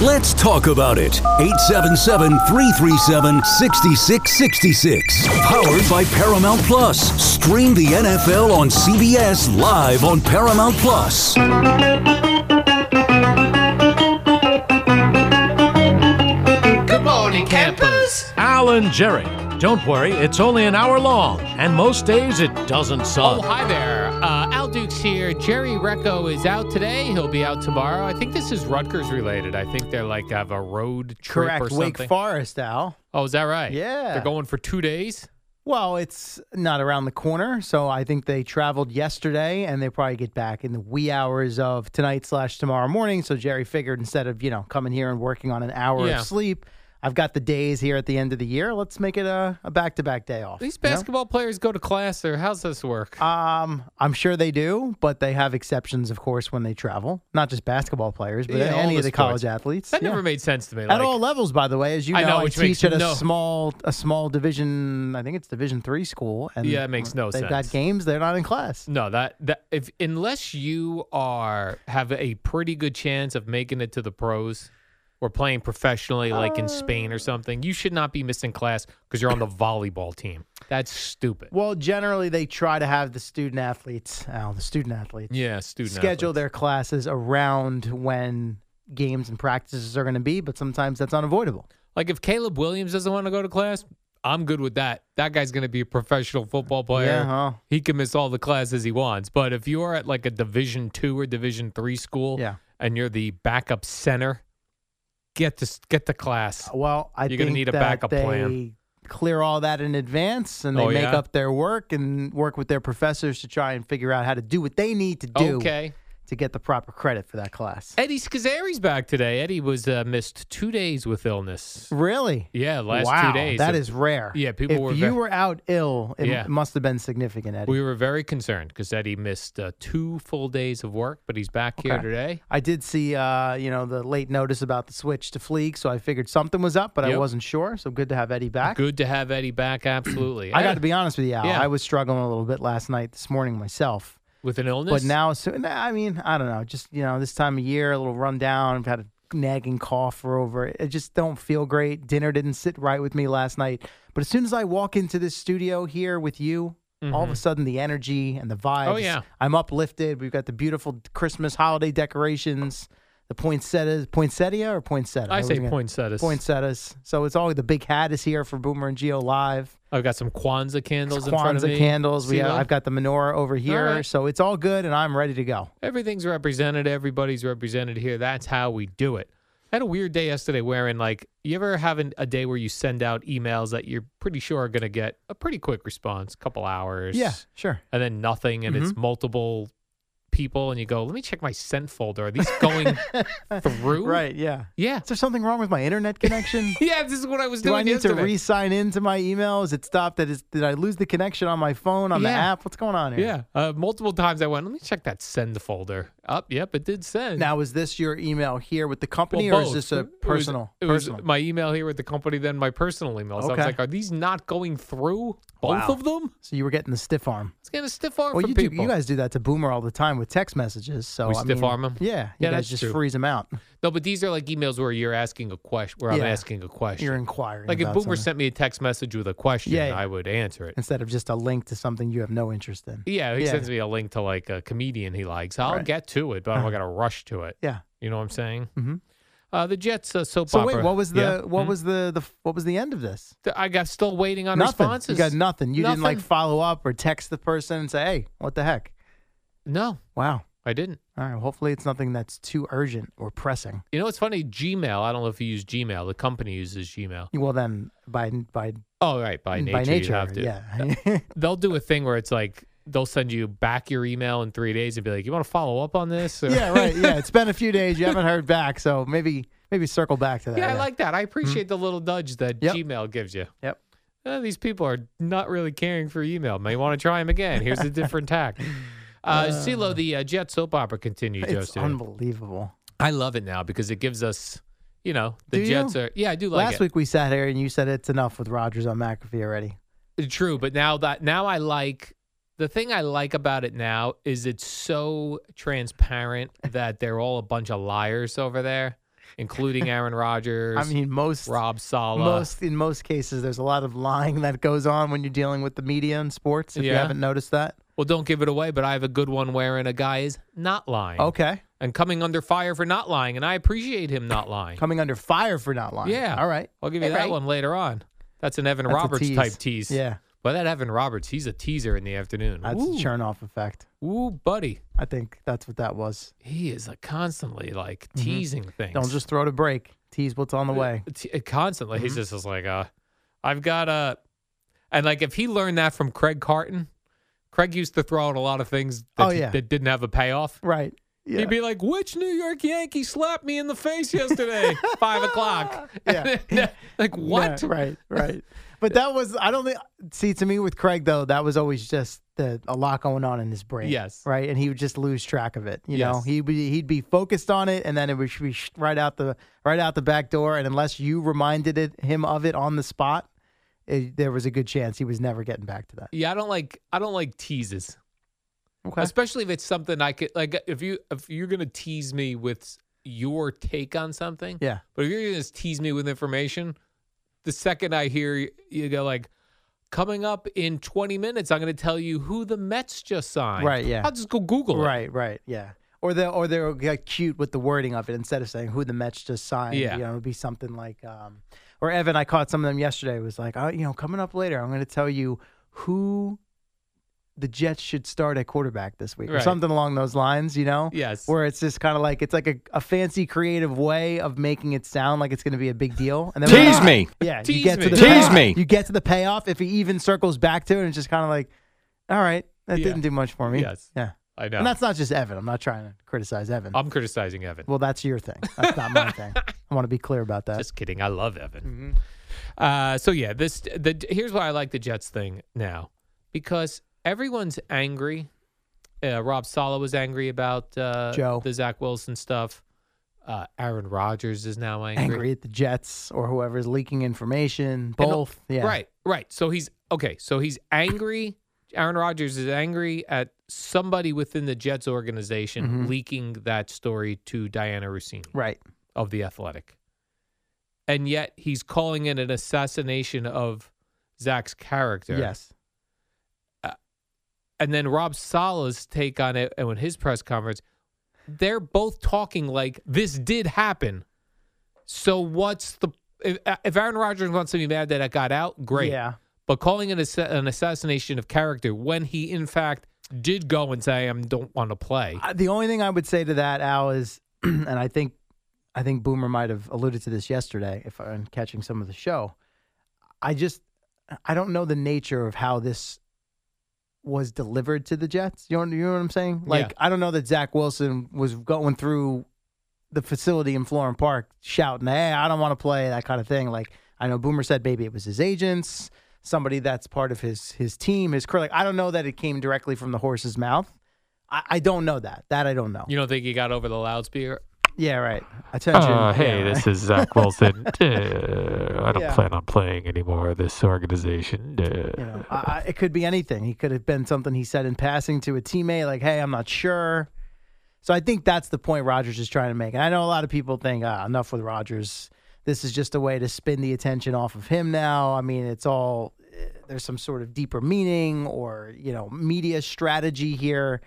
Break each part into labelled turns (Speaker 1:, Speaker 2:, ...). Speaker 1: Let's talk about it. 877 337 6666. Powered by Paramount Plus. Stream the NFL on CBS live on Paramount Plus.
Speaker 2: Good morning, campers.
Speaker 3: Alan Jerry. Don't worry, it's only an hour long, and most days it doesn't
Speaker 2: Oh,
Speaker 3: suck.
Speaker 2: hi there. Uh, Al Dukes here. Jerry Recco is out today. He'll be out tomorrow. I think this is Rutgers related. I think they're like have a road trip or
Speaker 4: Correct.
Speaker 2: something.
Speaker 4: Wake Forest, Al.
Speaker 2: oh, is that right?
Speaker 4: Yeah.
Speaker 2: They're going for two days.
Speaker 4: Well, it's not around the corner, so I think they traveled yesterday, and they probably get back in the wee hours of tonight slash tomorrow morning. So Jerry figured instead of you know coming here and working on an hour
Speaker 2: Yeah.
Speaker 4: of sleep, I've got the days here at the end of the year. Let's make it a a back to back day off.
Speaker 2: These
Speaker 4: you know?
Speaker 2: basketball players go to class or how's this work?
Speaker 4: Um, I'm sure they do, but they have exceptions, of course, when they travel. Not just basketball players, but
Speaker 2: Yeah, all
Speaker 4: any
Speaker 2: the
Speaker 4: of the
Speaker 2: sports.
Speaker 4: college athletes.
Speaker 2: that
Speaker 4: Yeah.
Speaker 2: never made sense to me.
Speaker 4: at
Speaker 2: Like,
Speaker 4: all levels by the way as you know
Speaker 2: I
Speaker 4: i,
Speaker 2: know, which makes
Speaker 4: teach at a
Speaker 2: no-
Speaker 4: small a small division i think it's division three school and
Speaker 2: Yeah, it makes no
Speaker 4: they've
Speaker 2: sense.
Speaker 4: got games they're not in class
Speaker 2: No, that that if unless you are have a pretty good chance of making it to the pros or playing professionally like
Speaker 4: Uh.
Speaker 2: in Spain or something, you should not be missing class because you're on the volleyball team. That's stupid.
Speaker 4: well generally they try to have the student athletes oh, the student athletes
Speaker 2: Yeah, student
Speaker 4: schedule
Speaker 2: athletes.
Speaker 4: their classes around when games and practices are going to be but sometimes that's unavoidable
Speaker 2: Like if Caleb Williams doesn't want to go to class, I'm good with that. That guy's going to be a professional football player.
Speaker 4: Yeah, huh?
Speaker 2: He can miss all the classes he wants. But if you're at like a Division two or Division three school,
Speaker 4: Yeah.
Speaker 2: and you're the backup center, get to s- get to class.
Speaker 4: well i
Speaker 2: You're
Speaker 4: think
Speaker 2: gonna need a
Speaker 4: that
Speaker 2: backup
Speaker 4: they
Speaker 2: plan.
Speaker 4: clear all that in advance and they
Speaker 2: Oh,
Speaker 4: make
Speaker 2: yeah?
Speaker 4: up their work and work with their professors to try and figure out how to do what they need to do
Speaker 2: Okay.
Speaker 4: to get the proper credit for that class
Speaker 2: Eddie Scazzeri's back today. Eddie was uh, missed two days with illness.
Speaker 4: Really?
Speaker 2: Yeah, last
Speaker 4: wow,
Speaker 2: two days.
Speaker 4: That is rare.
Speaker 2: Yeah, people
Speaker 4: if
Speaker 2: were
Speaker 4: you
Speaker 2: ve-
Speaker 4: were out ill, it
Speaker 2: Yeah.
Speaker 4: must have been significant, Eddie.
Speaker 2: We were very concerned because Eddie missed uh, two full days of work, but he's back here
Speaker 4: Okay.
Speaker 2: today.
Speaker 4: I did see, uh, you know, the late notice about the switch to Fleek, so I figured something was up, but
Speaker 2: Yep.
Speaker 4: I wasn't sure. So good to have Eddie back.
Speaker 2: Good to have Eddie back. Absolutely. Eh,
Speaker 4: I got to be honest with you, Al.
Speaker 2: Yeah.
Speaker 4: I was struggling a little bit last night, this morning myself.
Speaker 2: with an illness.
Speaker 4: But now, so, nah, I mean, I don't know. Just you know, this time of year, a little rundown. I've had a nagging cough for over. I just don't feel great. Dinner didn't sit right with me last night. But as soon as I walk into this studio here with you, all of a sudden the energy and the vibes.
Speaker 2: Mm-hmm. Oh, yeah.
Speaker 4: I'm uplifted. We've got the beautiful Christmas holiday decorations, the poinsettias, poinsettia or poinsettia.
Speaker 2: I say
Speaker 4: wasn't gonna-
Speaker 2: poinsettias.
Speaker 4: Poinsettias. So it's all the big hat is here for Boomer and Geo Live.
Speaker 2: I've got some Kwanzaa candles in front of
Speaker 4: Kwanzaa
Speaker 2: me.
Speaker 4: candles. We
Speaker 2: See
Speaker 4: have,
Speaker 2: them?
Speaker 4: I've got the menorah over here,
Speaker 2: right.
Speaker 4: so it's all good, and I'm ready to go.
Speaker 2: everything's represented. Everybody's represented here. That's how we do it. I had a weird day yesterday wherein, like, you ever have an, a day where you send out emails that you're pretty sure are going to get a pretty quick response, couple hours.
Speaker 4: Yeah, Mm-hmm. sure.
Speaker 2: and then nothing, and it's multiple people, and you go, let me check my sent folder. Are these going through?
Speaker 4: Right, yeah.
Speaker 2: Yeah.
Speaker 4: Is there something wrong with my internet connection?
Speaker 2: Yeah, this is what I was
Speaker 4: Do
Speaker 2: doing
Speaker 4: I need
Speaker 2: yesterday.
Speaker 4: to re-sign into my email? Is it stopped? That is, did I lose the connection on my phone on the
Speaker 2: Yeah.
Speaker 4: app? What's going on here?
Speaker 2: yeah. Uh, multiple times I went, let me check that send folder. Up, yep, it did send.
Speaker 4: Now, is this your email here with the
Speaker 2: Well,
Speaker 4: company, or
Speaker 2: both.
Speaker 4: is this
Speaker 2: It
Speaker 4: a
Speaker 2: was-
Speaker 4: personal?
Speaker 2: It was,
Speaker 4: personal.
Speaker 2: my email here with the company, then my personal email. So I was
Speaker 4: Okay.
Speaker 2: like, are these not going through? Both
Speaker 4: Wow.
Speaker 2: of them?
Speaker 4: so you were getting the stiff arm.
Speaker 2: It's getting a stiff arm
Speaker 4: Well,
Speaker 2: from
Speaker 4: you do,
Speaker 2: people.
Speaker 4: you guys do that to Boomer all the time with text messages. So
Speaker 2: We
Speaker 4: I
Speaker 2: stiff
Speaker 4: mean,
Speaker 2: arm 'em?
Speaker 4: Yeah, you
Speaker 2: Yeah, that's
Speaker 4: guys just
Speaker 2: true.
Speaker 4: freeze them out.
Speaker 2: no, but these are like emails where you're asking a question, where I'm
Speaker 4: Yeah.
Speaker 2: asking a question.
Speaker 4: You're inquiring.
Speaker 2: like if
Speaker 4: about
Speaker 2: Boomer
Speaker 4: something
Speaker 2: sent me a text message with a question,
Speaker 4: Yeah, yeah.
Speaker 2: I would answer it.
Speaker 4: instead of just a link to something you have no interest in.
Speaker 2: Yeah, he
Speaker 4: Yeah.
Speaker 2: sends me a link to like a comedian he likes. I'll
Speaker 4: Right. Uh-huh.
Speaker 2: get to it, but I'm not gonna rush to it.
Speaker 4: Yeah.
Speaker 2: You know what I'm saying? Mm-hmm. Uh, the Jets uh, soap
Speaker 4: So
Speaker 2: opera.
Speaker 4: wait, what was the
Speaker 2: Yeah. Mm-hmm.
Speaker 4: what was the, the what was the end of this?
Speaker 2: Th- I got still waiting on
Speaker 4: nothing.
Speaker 2: responses.
Speaker 4: You got nothing. You didn't like
Speaker 2: Nothing.
Speaker 4: follow up or text the person and say, "Hey, what the heck?"
Speaker 2: No,
Speaker 4: Wow.
Speaker 2: I didn't.
Speaker 4: All right. well, Hopefully, it's nothing that's too urgent or pressing.
Speaker 2: You know, it's funny. Gmail. I don't know if you use Gmail. The company uses Gmail.
Speaker 4: Well, then by by
Speaker 2: Oh, right. By nature,
Speaker 4: Mm, by
Speaker 2: you
Speaker 4: nature,
Speaker 2: have to.
Speaker 4: yeah.
Speaker 2: They'll do a thing where it's like they'll send you back your email in three days and be like, "You want to follow up on this?" Or-
Speaker 4: yeah, right. Yeah, it's been a few days. You haven't heard back, so maybe maybe circle back to that.
Speaker 2: Yeah, I like that. I appreciate the little nudge that
Speaker 4: Mm-hmm. Yep.
Speaker 2: Gmail gives you.
Speaker 4: Yep.
Speaker 2: Uh, these people are not really caring for email. May want to try them again. Here's a different tack. Uh, CeeLo, the uh, Jet soap opera continues,
Speaker 4: It's
Speaker 2: Joe. today.
Speaker 4: unbelievable.
Speaker 2: I love it now because it gives us, you know, the
Speaker 4: Do you?
Speaker 2: Jets are. Yeah, I do like
Speaker 4: Last
Speaker 2: it.
Speaker 4: week we sat here and you said it's enough with Rogers on McAfee already.
Speaker 2: True, but now that now I like the thing I like about it now is it's so transparent that they're all a bunch of liars over there, including Aaron Rodgers,
Speaker 4: I mean, most
Speaker 2: Rob Sala.
Speaker 4: most in most cases, there's a lot of lying that goes on when you're dealing with the media and sports. If you
Speaker 2: Yeah.
Speaker 4: haven't noticed that,
Speaker 2: well, don't give it away, but I have a good one wherein a guy is not lying
Speaker 4: okay,
Speaker 2: and coming under fire for not lying, and I appreciate him not lying.
Speaker 4: coming under fire for not lying.
Speaker 2: Yeah,
Speaker 4: all right.
Speaker 2: I'll give you
Speaker 4: All
Speaker 2: that
Speaker 4: right.
Speaker 2: one later on. That's an Evan
Speaker 4: That's a
Speaker 2: Roberts
Speaker 4: tease.
Speaker 2: type tease.
Speaker 4: Yeah,
Speaker 2: but that Evan Roberts, he's a teaser in the afternoon.
Speaker 4: that's
Speaker 2: ooh,
Speaker 4: a churn off effect.
Speaker 2: ooh, buddy,
Speaker 4: I think that's what that was.
Speaker 2: he is a constantly like teasing things.
Speaker 4: Mm-hmm. Don't just Mm-hmm. throw to break. Tease what's on the way.
Speaker 2: t- uh, constantly. He's just is like, uh, I've got a, and like if he learned that from Craig Carton, Craig used to throw out a lot of things that,
Speaker 4: Oh,
Speaker 2: he-
Speaker 4: yeah.
Speaker 2: that didn't have a payoff.
Speaker 4: Right. Yeah.
Speaker 2: He'd be like, "Which New York Yankee slapped me in the face yesterday, five o'clock?"
Speaker 4: Yeah.
Speaker 2: And like what?
Speaker 4: Yeah, right, right. But that was I don't think see to me with Craig though, that was always just the a lot going on in his brain.
Speaker 2: Yes.
Speaker 4: Right. And he would just lose track of it. You know,
Speaker 2: Yes.
Speaker 4: he'd be he'd be focused on it and then it would be sh- right out the right out the back door. And unless you reminded it, him of it on the spot, it, there was a good chance he was never getting back to that.
Speaker 2: Yeah, I don't like I don't like teases,
Speaker 4: Okay.
Speaker 2: especially if it's something I could like. If you if you're gonna tease me with your take on something,
Speaker 4: Yeah.
Speaker 2: But if you're gonna just tease me with information, the second I hear you, you go like, coming up in 20 minutes, I'm gonna tell you who the Mets just signed.
Speaker 4: Right, yeah.
Speaker 2: I'll just go Google it.
Speaker 4: Right, right, yeah. Or they or they're like, cute with the wording of it instead of saying who the Mets just signed.
Speaker 2: Yeah.
Speaker 4: you know, it'd be something like, um, or Evan. I caught some of them yesterday. Was like, oh, you know, coming up later, I'm going to tell you who the Jets should start at quarterback this week, or
Speaker 2: Right.
Speaker 4: something along those lines. You know,
Speaker 2: Yes.
Speaker 4: where it's just kind of like it's like a, a fancy creative way of making it sound like it's going to be a big deal. And then tease me, yeah,
Speaker 2: Tease
Speaker 4: you get
Speaker 2: me.
Speaker 4: to the
Speaker 2: Tease
Speaker 4: payoff-
Speaker 5: me.
Speaker 4: You get to the payoff if he even circles back to it, and it's just kind of like, all right, that
Speaker 2: Yeah.
Speaker 4: didn't do much for me.
Speaker 2: Yes.
Speaker 4: yeah.
Speaker 2: I know.
Speaker 4: And that's not just Evan. I'm not trying to criticize Evan.
Speaker 2: I'm criticizing Evan.
Speaker 4: well, that's your thing. That's not my thing. I want to be clear about that.
Speaker 2: Just kidding. I love
Speaker 4: Mm-hmm.
Speaker 2: Evan. Uh, so yeah, this the here's why I like the Jets thing now because everyone's angry. Uh, Rob Sala was angry about uh,
Speaker 4: Joe.
Speaker 2: the Zach Wilson stuff. Uh, Aaron Rodgers is now angry.
Speaker 4: Angry at the Jets or whoever's leaking information.
Speaker 2: And-
Speaker 4: Both. yeah.
Speaker 2: Right. Right. So he's okay. So he's angry. Aaron Rodgers is angry at somebody within the Jets organization leaking that story to Diana Rossini.
Speaker 4: Mm-hmm. Right.
Speaker 2: of the athletic. And yet he's calling it an assassination of Zach's character.
Speaker 4: Yes.
Speaker 2: And then Rob Sala's take on it and when his press conference, they're both talking like this did happen. So what's the if, if Aaron Rodgers wants to be mad that it got out, great.
Speaker 4: Yeah.
Speaker 2: But calling it assa- an assassination of character when he in fact did go and say I don't want to play.
Speaker 4: I- the only thing I would say to that, Al, is, and I think, I think Boomer might have alluded to this yesterday, if I'm catching some of the show. I just, I don't know the nature of how this was delivered to the Jets. You know, you know what I'm saying? Like, I don't know that Zach Wilson was going through the facility in Florham Park shouting, "Hey, I don't want to play," that kind of thing. Like, I know Boomer said maybe it was his agents, somebody that's part of his his team, his crew. Like, I don't know that it came directly from the horse's mouth. I, I don't know that. That I don't know.
Speaker 2: You don't think he got over the loudspeaker?
Speaker 4: Yeah, right. Attention. Yeah, right.
Speaker 2: Uh, is Zach Wilson. Uh, I
Speaker 4: don't Yeah. plan
Speaker 2: on playing anymore. This organization. Uh,
Speaker 4: You know, I, I, it could be anything. He could have been something he said in passing to a teammate, like, "Hey, I'm not sure." So I think that's the point Rogers is trying to make. And I know a lot of people think, ah, "Enough with Rogers. This is just a way to spin the attention off of him." Now, I mean, it's all eh, there's some sort of deeper meaning or you know media strategy here.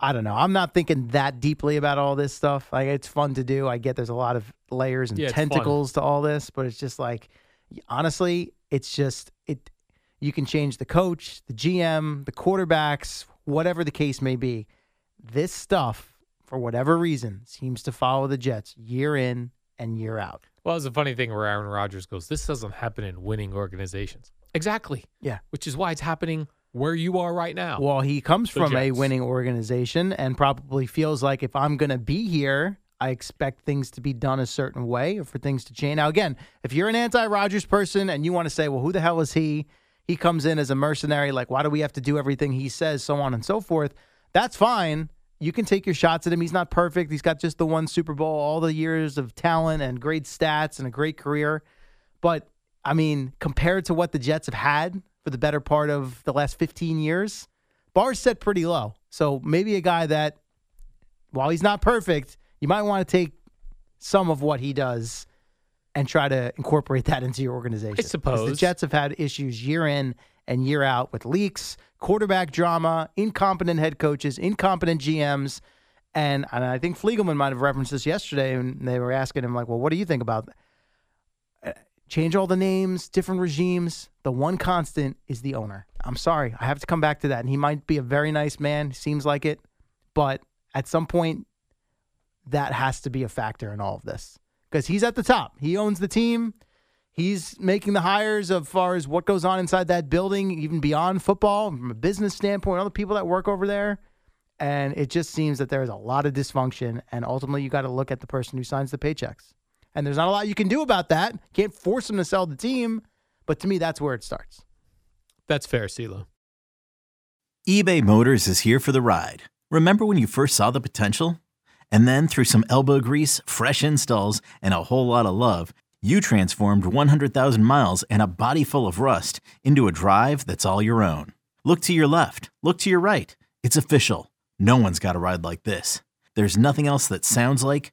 Speaker 4: I don't know. I'm not thinking that deeply about all this stuff. Like it's fun to do. I get there's a lot of layers and
Speaker 2: Yeah, it's fun.
Speaker 4: tentacles to all this, but it's just like honestly, it's just it you can change the coach, the GM, the quarterbacks, whatever the case may be. This stuff, for whatever reason, seems to follow the Jets year in and year out.
Speaker 2: Well, it's a funny thing where Aaron Rodgers goes, This doesn't happen in winning organizations. Exactly.
Speaker 4: Yeah.
Speaker 2: Which is why it's happening where you are right now.
Speaker 4: Well, he comes
Speaker 2: The
Speaker 4: from a
Speaker 2: Jets.
Speaker 4: winning organization and probably feels like if I'm going to be here, I expect things to be done a certain way or for things to change. Now, again, if you're an anti Rodgers person and you want to say, well, who the hell is he? He comes in as a mercenary. Like, why do we have to do everything he says, so on and so forth? That's fine. You can take your shots at him. He's not perfect. He's got just the one Super Bowl, all the years of talent and great stats and a great career. But I mean, compared to what the Jets have had for the better part of the last 15 years, bar's set pretty low. So maybe a guy that, while he's not perfect, you might want to take some of what he does and try to incorporate that into your organization. 'Cause The
Speaker 2: suppose.
Speaker 4: Jets have had issues year in and year out with leaks, quarterback drama, incompetent head coaches, incompetent GMs. And, and I think Fliegelman might have referenced this yesterday, and they were asking him, like, well, what do you think about Uh, change all the names, different regimes. The one constant is the owner. I'm sorry, I have to come back to that. And he might be a very nice man, seems like it, but at some point, that has to be a factor in all of this because he's at the top. He owns the team. He's making the hires as far as what goes on inside that building, even beyond football, from a business standpoint, all the people that work over there. And it just seems that there is a lot of dysfunction. And ultimately, you got to look at the person who signs the paychecks. And there's not a lot you can do about that. Can't force them to sell the team. But to me, that's where it starts.
Speaker 2: That's fair, CeeLo.
Speaker 6: eBay Motors is here for the ride. Remember when you first saw the potential? And then, through some elbow grease, fresh installs, and a whole lot of love, you transformed 100,000 miles and a body full of rust into a drive that's all your own. Look to your left, look to your right. It's official. No one's got a ride like this. There's nothing else that sounds like,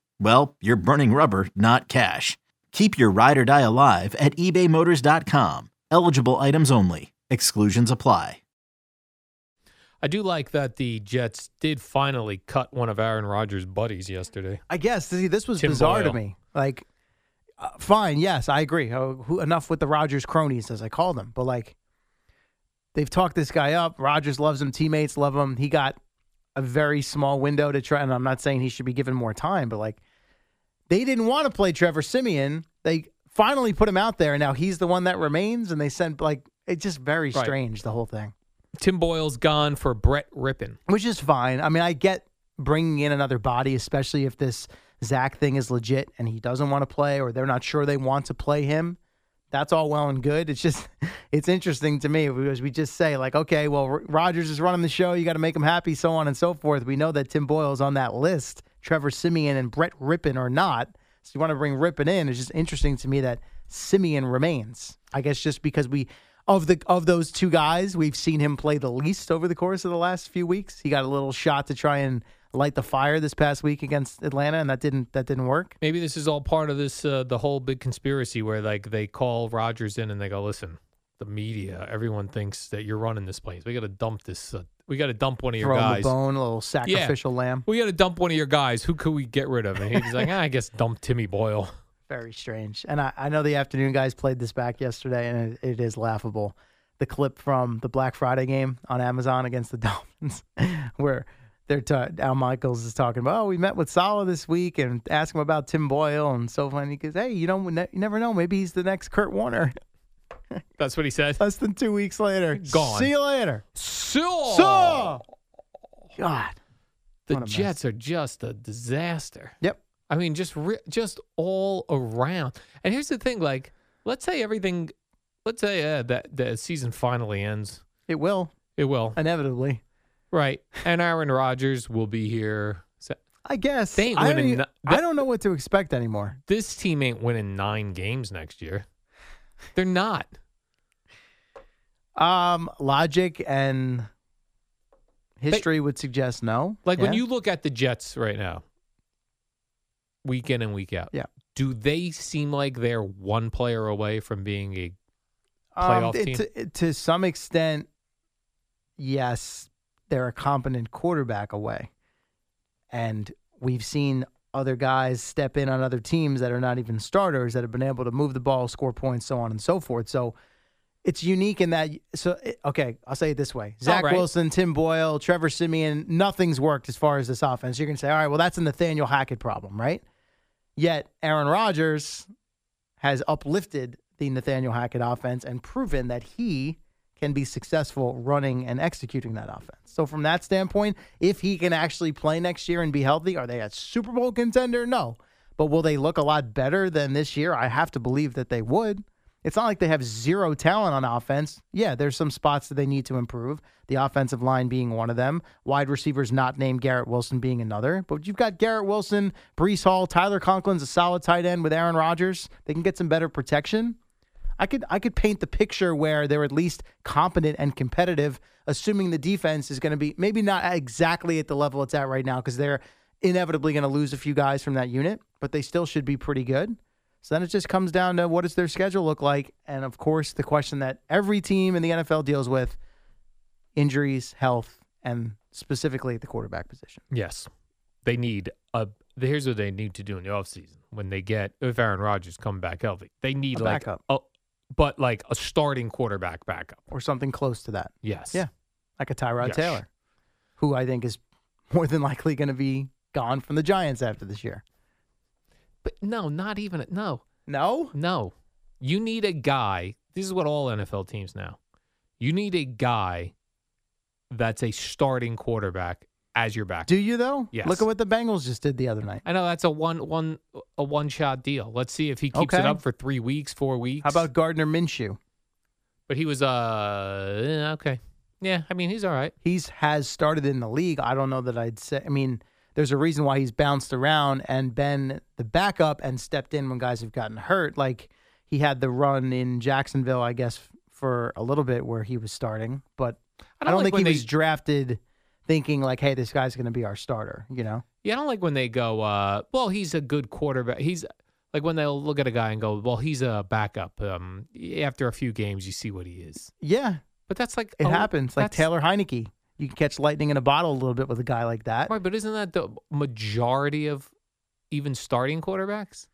Speaker 6: well, you're burning rubber, not cash. Keep your ride or die alive at ebaymotors.com. Eligible items only. Exclusions apply.
Speaker 2: I do like that the Jets did finally cut one of Aaron Rodgers' buddies yesterday.
Speaker 4: I guess see, this was
Speaker 2: Tim
Speaker 4: bizarre
Speaker 2: Boyle.
Speaker 4: to me. Like, uh, fine, yes, I agree. Oh, who, enough with the Rogers cronies, as I call them. But like, they've talked this guy up. Rogers loves him. Teammates love him. He got a very small window to try. And I'm not saying he should be given more time, but like, they didn't want to play Trevor Simeon. They finally put him out there, and now he's the one that remains. And they sent like it's just very
Speaker 2: Right.
Speaker 4: strange the whole thing.
Speaker 2: Tim Boyle's gone for Brett Rippin.
Speaker 4: which is fine. I mean, I get bringing in another body, especially if this Zach thing is legit and he doesn't want to play or they're not sure they want to play him. That's all well and good. It's just, it's interesting to me because we just say, like, okay, well, R- Rodgers is running the show. You got to make him happy, so on and so forth. We know that Tim Boyle's on that list, Trevor Simeon and Brett Rippon are not. So you want to bring Rippon in. It's just interesting to me that Simeon remains. I guess just because we, of the of those two guys, we've seen him play the least over the course of the last few weeks. He got a little shot to try and light the fire this past week against Atlanta, and that didn't that didn't work.
Speaker 2: Maybe this is all part of this uh, the whole big conspiracy where like they call Rodgers in and they go, "Listen, the media, everyone thinks that you're running this place. We got to dump this. Uh, we got to dump one of your
Speaker 4: Throw him
Speaker 2: guys.
Speaker 4: the bone, a little sacrificial lamb.
Speaker 2: We got to dump one of your guys. Who could we get rid of?" And he's like, "Ah, "I guess dump Timmy Boyle."
Speaker 4: Very strange. And I, I know the afternoon guys played this back yesterday, and it, it is laughable. The clip from the Black Friday game on Amazon against the Dolphins, where they're ta- Al Michaels is talking about, oh, we met with Sala this week and asked him about Tim Boyle and so on. He goes, hey, you know, we ne- you never know, maybe he's the next Kurt Warner.
Speaker 2: That's what he said.
Speaker 4: Less than two weeks later,
Speaker 2: Gone.
Speaker 4: See you later.
Speaker 2: So,
Speaker 4: So, God.
Speaker 2: the
Speaker 4: What a mess.
Speaker 2: Jets are just a disaster.
Speaker 4: Yep.
Speaker 2: I mean, just re- just all around. And here's the thing: like, let's say everything, let's say uh, that the season finally ends.
Speaker 4: It will
Speaker 2: It will,
Speaker 4: inevitably.
Speaker 2: right? And Aaron Rodgers will be here. So
Speaker 4: I guess.
Speaker 2: They ain't
Speaker 4: I,
Speaker 2: winning
Speaker 4: don't, e-
Speaker 2: no-
Speaker 4: I don't know what to expect anymore.
Speaker 2: this team ain't winning nine games next year. They're not.
Speaker 4: Um, Logic and History would suggest no.
Speaker 2: Like when
Speaker 4: Yeah.
Speaker 2: you look at the Jets right now, week in and week out,
Speaker 4: Yeah.
Speaker 2: do they seem like they're one player away from being a playoff
Speaker 4: Um, it-
Speaker 2: team?
Speaker 4: To, to some extent, yes, they're a competent quarterback away, and we've seen other guys step in on other teams that are not even starters that have been able to move the ball, score points, so on and so forth. So. It's unique in that. So, it- okay, I'll say it this way: Zach
Speaker 2: right.
Speaker 4: Wilson, Tim Boyle, Trevor Simeon, nothing's worked as far as this offense. You're going to say, all right, well, that's a Nathaniel Hackett problem, right? Yet Aaron Rodgers has uplifted the Nathaniel Hackett offense and proven that he can be successful running and executing that offense. So from that standpoint, if he can actually play next year and be healthy, are they a Super Bowl contender? No. But will they look a lot better than this year? I have to believe that they would. It's not like they have zero talent on offense. Yeah, there's some spots that they need to improve, the offensive line being one of them, wide receivers not named Garrett Wilson being another. But you've got Garrett Wilson, Brees Hall, Tyler Conklin's a solid tight end with Aaron Rodgers. They can get some better protection. I could I could paint the picture where they're at least competent and competitive, assuming the defense is going to be maybe not exactly at the level it's at right now because they're inevitably going to lose a few guys from that unit, but they still should be pretty good. So then it just comes down to what does their schedule look like, and of course the question that every team in the NFL deals with: injuries, health, and specifically at the quarterback position.
Speaker 2: yes. They need a here's what they need to do in the offseason when they get if Aaron Rodgers come back healthy. They need
Speaker 4: A
Speaker 2: like
Speaker 4: backup.
Speaker 2: a but like a starting quarterback backup.
Speaker 4: or something close to that.
Speaker 2: Yes.
Speaker 4: Yeah. Like a Tyrod
Speaker 2: Yes.
Speaker 4: Taylor, who I think is more than likely going to be gone from the Giants after this year.
Speaker 2: But no, not even no.
Speaker 4: No?
Speaker 2: No. You need a guy. This is what all NFL teams now. You need a guy that's a starting quarterback as your backup.
Speaker 4: Do you, though?
Speaker 2: Yes.
Speaker 4: Look at what the Bengals just did the other night.
Speaker 2: I know that's a one one a one shot deal. Let's see if he keeps it
Speaker 4: Okay.
Speaker 2: up for three weeks, four weeks.
Speaker 4: How about Gardner Minshew?
Speaker 2: But he was uh eh, okay. Yeah, I mean he's all right.
Speaker 4: He's has started in the league. I don't know that I'd say. I mean, there's a reason why he's bounced around and been the backup and stepped in when guys have gotten hurt. Like he had the run in Jacksonville, I guess, for a little bit where he was starting, but I
Speaker 2: like
Speaker 4: don't, think
Speaker 2: when
Speaker 4: he
Speaker 2: they,
Speaker 4: was drafted thinking like, "Hey, this guy's going to be our starter." You know?
Speaker 2: Yeah, I don't like when they go. uh Well, he's a good quarterback. He's like when they'll look at a guy and go, "Well, he's a backup." Um, after a few games, you see what he is.
Speaker 4: Yeah,
Speaker 2: But that's like
Speaker 4: it
Speaker 2: oh,
Speaker 4: happens. Like
Speaker 2: that's-
Speaker 4: Taylor Heineke, you can catch lightning in a bottle a little bit with a guy like that.
Speaker 2: Right, but isn't that the majority of even starting quarterbacks?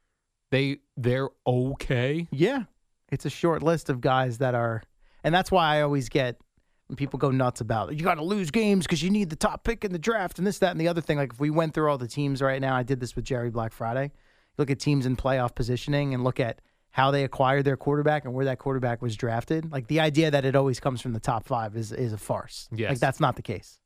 Speaker 2: They they're okay.
Speaker 4: Yeah, it's a short list of guys that are, and that's why I always get when people go nuts about you got to lose games because you need the top pick in the draft and this, that, and the other thing. Like if we went through all the teams right now, I did this with Jerry Black Friday. Look at teams in playoff positioning and look at how they acquired their quarterback and where that quarterback was drafted. Like the idea that it always comes from the top five is is a farce.
Speaker 2: Yes.
Speaker 4: like that's not the case.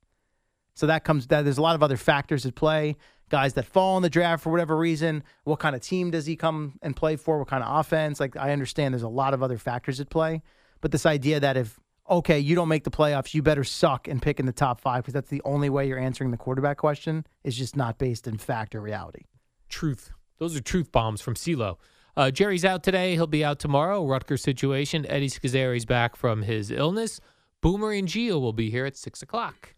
Speaker 4: So that comes that there's a lot of other factors at play. Guys that fall in the draft for whatever reason, what kind of team does he come and play for? What kind of offense? Like I understand there's a lot of other factors at play, but this idea that if okay, you don't make the playoffs, you better suck and pick in the top 5 because that's the only way you're answering the quarterback question is just not based in fact or reality.
Speaker 2: Truth. Those are truth bombs from CeeLo. Uh, Jerry's out today. He'll be out tomorrow. Rutgers situation. Eddie Scazzeri's back from his illness. Boomer and Gio will be here at six o'clock.